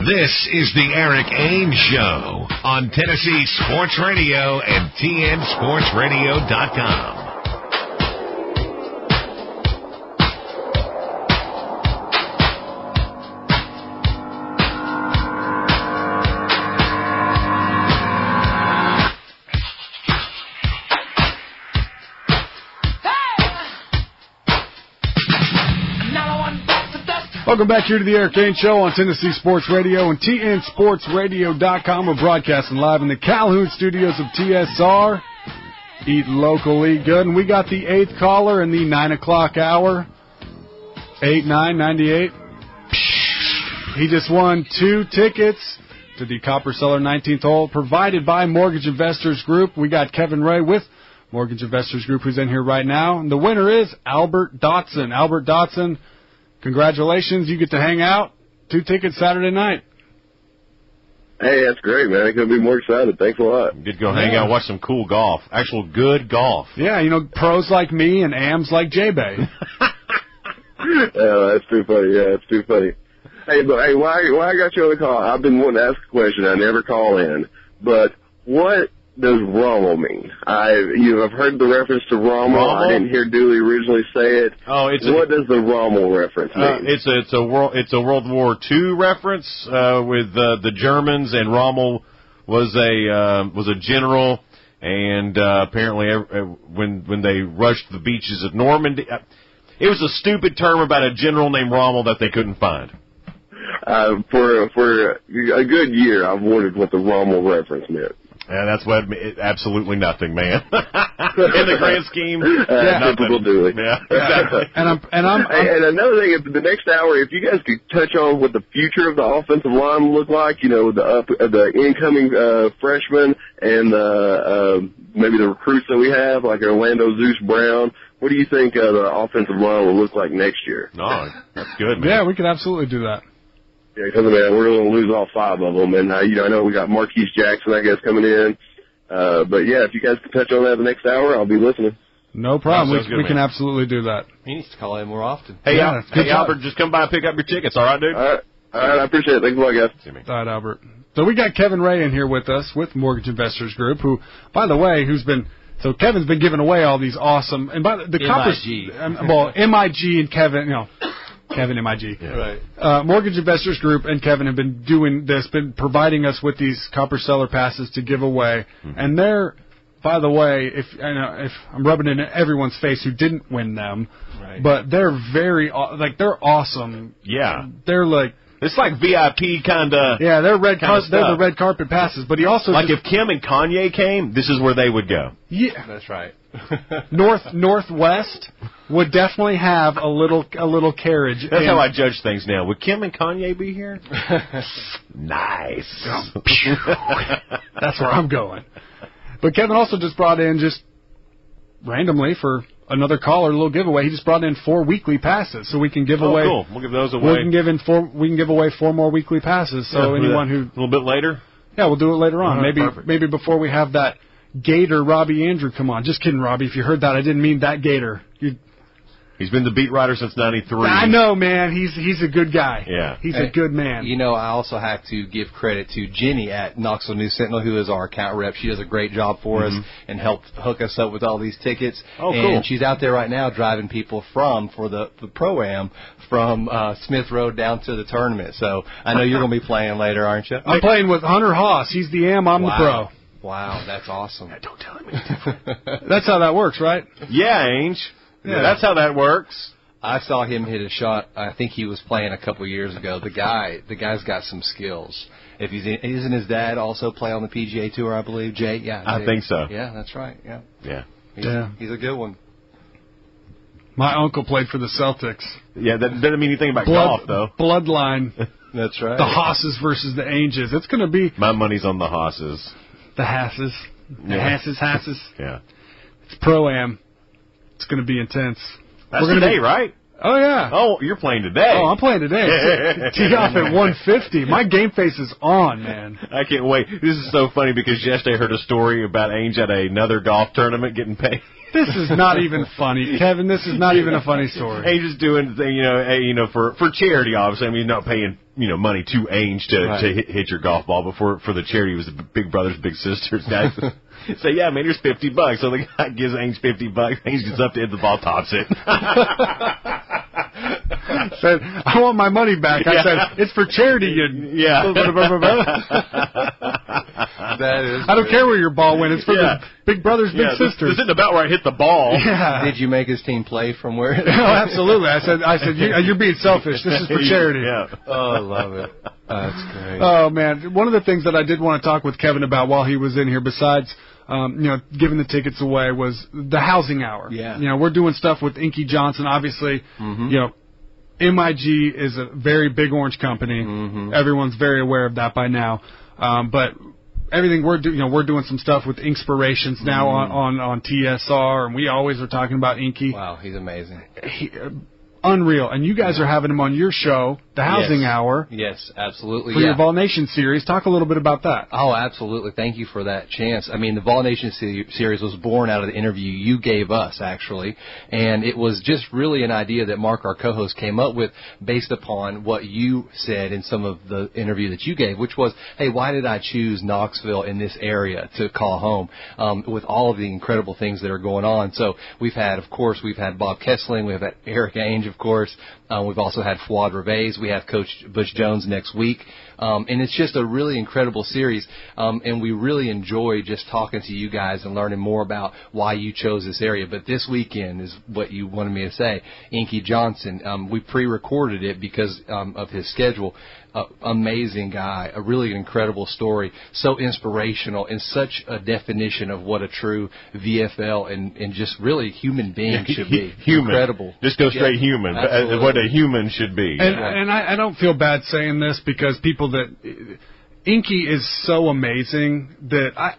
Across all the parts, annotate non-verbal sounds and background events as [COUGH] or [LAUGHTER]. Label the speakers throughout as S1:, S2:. S1: This is the Eric Ames Show on Tennessee Sports Radio and TNSportsRadio.com.
S2: Welcome back here to the Eric Kane Show on Tennessee Sports Radio and TNSportsRadio.com. We're broadcasting live in the Calhoun studios of TSR. Eat locally good. And we got the eighth caller in the 9 o'clock hour. 8 9 98. He just won two tickets to the Copper Cellar 19th hole provided by Mortgage Investors Group. We got Kevin Ray with Mortgage Investors Group who's in here right now. And the winner is Albert Dotson. Albert Dotson congratulations. You get to hang out. Two tickets Saturday night.
S3: Hey, that's great, man. I couldn't be more excited. Thanks a
S4: [LAUGHS]
S3: lot.
S4: Get to go hang out, watch some cool golf. Actual good golf.
S2: Yeah, you know, pros like me and AMs like J Bay.
S3: Yeah, that's too funny. Yeah, that's too funny. Hey, but hey, why why I got you on the call? I've been wanting to ask a question. I never call in. But what does Rommel mean? I you know, I've heard the reference to Rommel.
S4: Rommel?
S3: I didn't hear Dooley originally say it.
S4: Oh, it's a,
S3: what does the Rommel reference mean?
S4: uh, it's a it's a world it's a World War II reference uh, with uh, the Germans and Rommel was a uh, was a general and uh, apparently ev- uh, when when they rushed the beaches of Normandy. Uh, it was a stupid term about a general named Rommel that they couldn't find.
S3: uh, for for a good year, I've wondered what the Rommel reference meant.
S4: And that's what it, absolutely nothing, man. [LAUGHS] In the grand scheme,
S3: Uh,
S4: nothing.
S3: typical Dooley.
S4: Yeah, [LAUGHS] exactly.
S2: And I'm and I'm,
S3: Hey,
S2: I'm
S3: and another thing, if the next hour, if you guys could touch on what the future of the offensive line look like, you know, the up, uh, the incoming uh, freshmen and the uh, maybe the recruits that we have, like Orlando Zeus Brown. What do you think uh, the offensive line will look like next year?
S4: No, that's good, man.
S2: yeah, we could absolutely do that.
S3: Yeah, because man, we're going to lose all five of them, and uh, you know, I know we got Marquise Jackson, I guess, coming in. Uh, but yeah, if you guys could touch on that the next hour, I'll be listening.
S2: No problem.
S4: That sounds
S2: we
S4: good,
S2: we can
S4: man.
S2: absolutely do that.
S5: He needs to call in more often.
S4: Hey,
S2: Yeah,
S4: Al-
S2: that's good
S4: hey
S2: job.
S4: Albert, just come by and pick up your tickets, all right, dude?
S3: All right, all right, I appreciate it. Thanks a lot, guys.
S4: See me.
S2: All right, Albert. So we got Kevin Ray in here with us with Mortgage Investors Group, who, by the way, who's been so Kevin's been giving away all these awesome and by the, the
S5: MIG.
S2: Copper, um, well, MIG and Kevin, you know, Kevin MIG.
S5: Right.
S2: uh, Mortgage Investors Group and Kevin have been doing this, been providing us with these copper seller passes to give away, and they're. By the way, if I know if I'm rubbing it in everyone's face who didn't win them,
S5: Right.
S2: but they're very aw- like they're awesome.
S4: Yeah.
S2: They're like
S4: It's like VIP kind of.
S2: yeah, they're red
S4: Kinda
S2: car- they're the
S4: stuff.
S2: red carpet passes. But he also
S4: Like
S2: just,
S4: if Kim and Kanye came, this is where they would go.
S2: yeah,
S5: That's right.
S2: north northwest would definitely have a little a little carriage.
S4: That's
S2: in-
S4: how I judge things now. Would Kim and Kanye be
S2: [LAUGHS]
S4: here? nice.
S2: Oh.
S4: [LAUGHS] Oh,
S2: That's where I'm going. But Kevin also just brought in just randomly for another caller, a little giveaway. He just brought in four weekly passes, so we can give
S4: Oh,
S2: away.
S4: cool. We'll give those away.
S2: We can give in four. We can give away four more weekly passes.
S4: [LAUGHS]
S2: So
S4: Yeah,
S2: anyone
S4: a
S2: who,
S4: little bit later.
S2: yeah, we'll do it later on.
S4: All right,
S2: maybe
S4: perfect.
S2: maybe before we have that Gator Robbie Andrew come on. Just kidding, Robbie. If you heard that, I didn't mean that Gator. You,
S4: He's been the beat writer since '93.
S2: I know, man. He's he's a good guy.
S4: Yeah.
S2: he's
S5: Hey,
S2: a good man.
S5: You know, I also have to give credit to Jenny at Knoxville News Sentinel, who is our account rep. She does a great job for us and helped hook us up with all these tickets.
S4: Oh,
S5: and
S4: cool.
S5: she's out there right now driving people from for the, the pro am from uh, Smith Road down to the tournament. So I know you're going to be playing later, aren't you?
S2: I'm playing with Hunter Haas. He's the am. I'm
S5: wow.
S2: the
S5: Wow, that's awesome. [LAUGHS]
S4: Don't tell him.
S2: pro. That's how that works, right?
S4: Yeah, Ainge.
S2: Yeah.
S4: That's how that works.
S5: I saw him hit a shot. I think he was playing a couple years ago. The guy, the guy's got some skills. If he's in, isn't his dad also play on the PGA tour? I believe Jay. Yeah,
S4: I
S5: Jay.
S4: think so.
S5: Yeah, that's right. Yeah,
S4: Yeah.
S5: he's,
S2: Yeah.
S5: he's a good one.
S2: My uncle played for the Celtics.
S4: Yeah. That doesn't mean anything about golf, though.
S2: Bloodline.
S4: [LAUGHS]
S5: That's right.
S2: The Hosses versus the Anges. It's going to be
S4: My money's on the hosses.
S2: the Hasses. The
S4: Yeah.
S2: Hasses, Hasses.
S4: Yeah.
S2: It's pro am. It's going to be intense.
S4: That's
S2: gonna
S4: today,
S2: be-
S4: right?
S2: Oh yeah. Oh,
S4: Oh, you're playing today. [LAUGHS]
S2: I'm playing today. Tee off at 150. My game face is on, man.
S4: I can't wait. This is so funny because yesterday I heard a story about Ainge at another golf tournament getting paid.
S2: This is not even funny, Kevin. This is not even a funny story.
S4: Ainge is doing the, you know eh, you know for for charity obviously. I mean, he's not paying you know money to Ainge to
S5: Right.
S4: to hit, hit your golf ball, but for for the charity it was the Big Brothers Big Sisters guys. so yeah, man, here's fifty bucks. So the guy gives Ainge fifty bucks. Ainge gets up to hit the ball, tops it.
S2: Said, I want my money back. I said, it's for charity. You.
S4: yeah,
S5: That is.
S2: I don't care where your ball went. It's for
S4: Yeah.
S2: the Big Brothers,
S4: [LAUGHS]
S2: Big
S4: yeah. This,
S2: Sisters.
S4: this isn't about where I hit the ball.
S2: yeah.
S5: Did you make his team play from where?
S2: No, Oh, absolutely. I said, I said, you, you're being selfish. This
S4: [LAUGHS]
S2: is for charity.
S4: Yeah.
S5: [LAUGHS] oh, I love it. Uh, That's great.
S2: Oh man, one of the things that I did want to talk with Kevin about while he was in here, besides um, you know giving the tickets away, was the housing hour.
S5: Yeah. Mm-hmm.
S2: you know we're doing stuff with Inky Johnson. Obviously, you know. MIG is a very big orange company.
S5: Mm-hmm.
S2: Everyone's very aware of that by now. Um, but everything we're doing, you know, we're doing some stuff with Inspirations now on, on on TSR, and we always are talking about Inky.
S5: Mm-hmm. wow, he's amazing.
S2: He, uh, unreal. And you guys are having him on your show, the Housing
S5: Yes.
S2: Hour
S5: Yes, absolutely.
S2: for
S5: yeah.
S2: your Vol Nation series. Talk a little bit about that.
S5: Oh, absolutely. Thank you for that chance. I mean, the Vol Nation se- series was born out of the interview you gave us, actually. And it was just really an idea that Mark, our co-host, came up with based upon what you said in some of the interview that you gave, which was, hey, why did I choose Knoxville in this area to call home um, with all of the incredible things that are going on? So we've had, of course, we've had Bob Kessling, we've had Eric Ainge, of course. Uh, we've also had Fuad Reves. We have Coach Bush Jones next week. Um, and it's just a really incredible series. Um, and we really enjoy just talking to you guys and learning more about why you chose this area. But this weekend is what you wanted me to say. Inky Johnson, um, we pre-recorded it because um, of his schedule. Uh, amazing guy, a really incredible story, so inspirational, and such a definition of what a true VFL and, and just really human being
S4: [LAUGHS]
S5: should be.
S4: human.
S5: Incredible.
S4: Just go straight
S5: Yeah,
S4: human.
S5: absolutely.
S4: Uh, What a human should be.
S2: And,
S5: Yeah.
S2: and I, I don't feel bad saying this because people that Inky is so amazing that I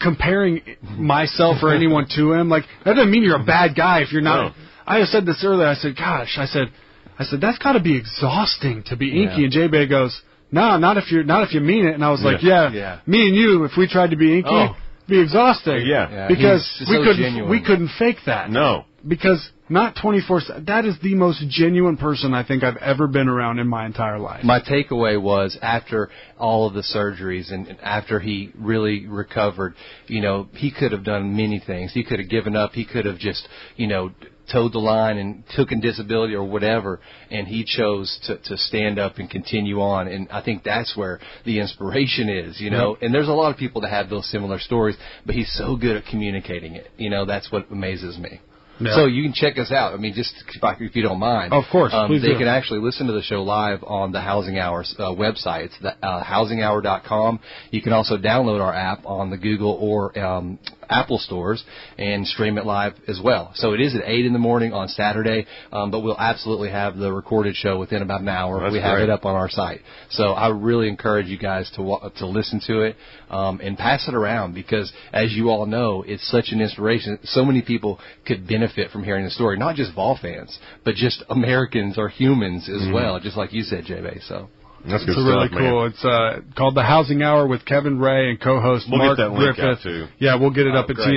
S2: comparing myself or anyone to him like that doesn't mean you're a bad guy if you're not.
S4: No.
S2: I said this earlier. I said, "Gosh," I said, "I said that's got to be exhausting to be Inky."
S5: Yeah.
S2: And J Bay goes, "No, not if you're not if you mean it." And I was like,
S4: Yeah.
S2: "Yeah,
S5: Yeah.
S2: me and you, if we tried to be Inky,
S4: Oh.
S2: it'd be exhausting."
S4: Yeah. Yeah,
S2: because
S5: he's
S2: we
S5: so
S2: couldn't
S5: genuine.
S2: we couldn't fake that.
S4: no.
S2: because not 24 that is the most genuine person I think I've ever been around in my entire life.
S5: My takeaway was after all of the surgeries and and after he really recovered, you know, he could have done many things. He could have given up. He could have just, you know, towed the line and took in disability or whatever. And he chose to, to stand up and continue on. And I think that's where the inspiration is, you
S2: Mm-hmm.
S5: know. And there's a lot of people that have those similar stories, but he's so good at communicating it. You know, that's what amazes me.
S2: Yeah.
S5: So you can check us out. I mean, just if you don't mind.
S2: Of course,
S5: um,
S2: please
S5: they
S2: do.
S5: can actually listen to the show live on the Housing Hours uh, website. It's the, uh, housinghour.com. You can also download our app on the Google or um, Apple stores and stream it live as well. So it is at 8 in the morning on Saturday, um, but we'll absolutely have the recorded show within about an hour.
S4: That's
S5: we have
S4: great.
S5: it up on our site. So I really encourage you guys to wa- to listen to it um, and pass it around because, as you all know, it's such an inspiration. So many people could benefit from hearing the story, not just Vol fans, but just Americans or humans as well, just like you said, J-Bay. So
S4: That's good
S2: it's really
S4: stuff, man.
S2: cool. It's uh, called the Housing Hour with Kevin Ray and co-host
S4: We'll get
S2: Mark
S4: that link
S2: Griffith.
S4: out, too.
S2: Yeah, we'll get it up
S5: Oh,
S2: at
S5: great.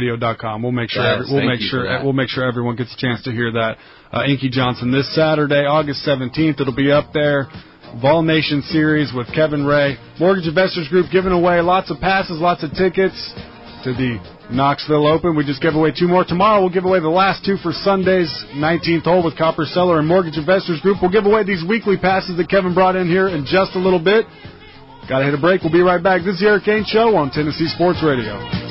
S2: tnsportsradio.com. We'll make sure
S5: Yes,
S2: every, we'll make
S5: thank you
S2: sure e,
S5: for that.
S2: we'll make sure everyone gets a chance to hear that. Uh, Inky Johnson this Saturday, August 17th, it'll be up there. Vol Nation series with Kevin Ray, Mortgage Investors Group giving away lots of passes, lots of tickets to the Knoxville Open. We just gave away two more tomorrow. We'll give away the last two for Sunday's 19th hole with Copper Seller and Mortgage Investors Group. We'll give away these weekly passes that Kevin brought in here in just a little bit. Gotta hit a break. We'll be right back. This is the Eric Kane Show on Tennessee Sports Radio.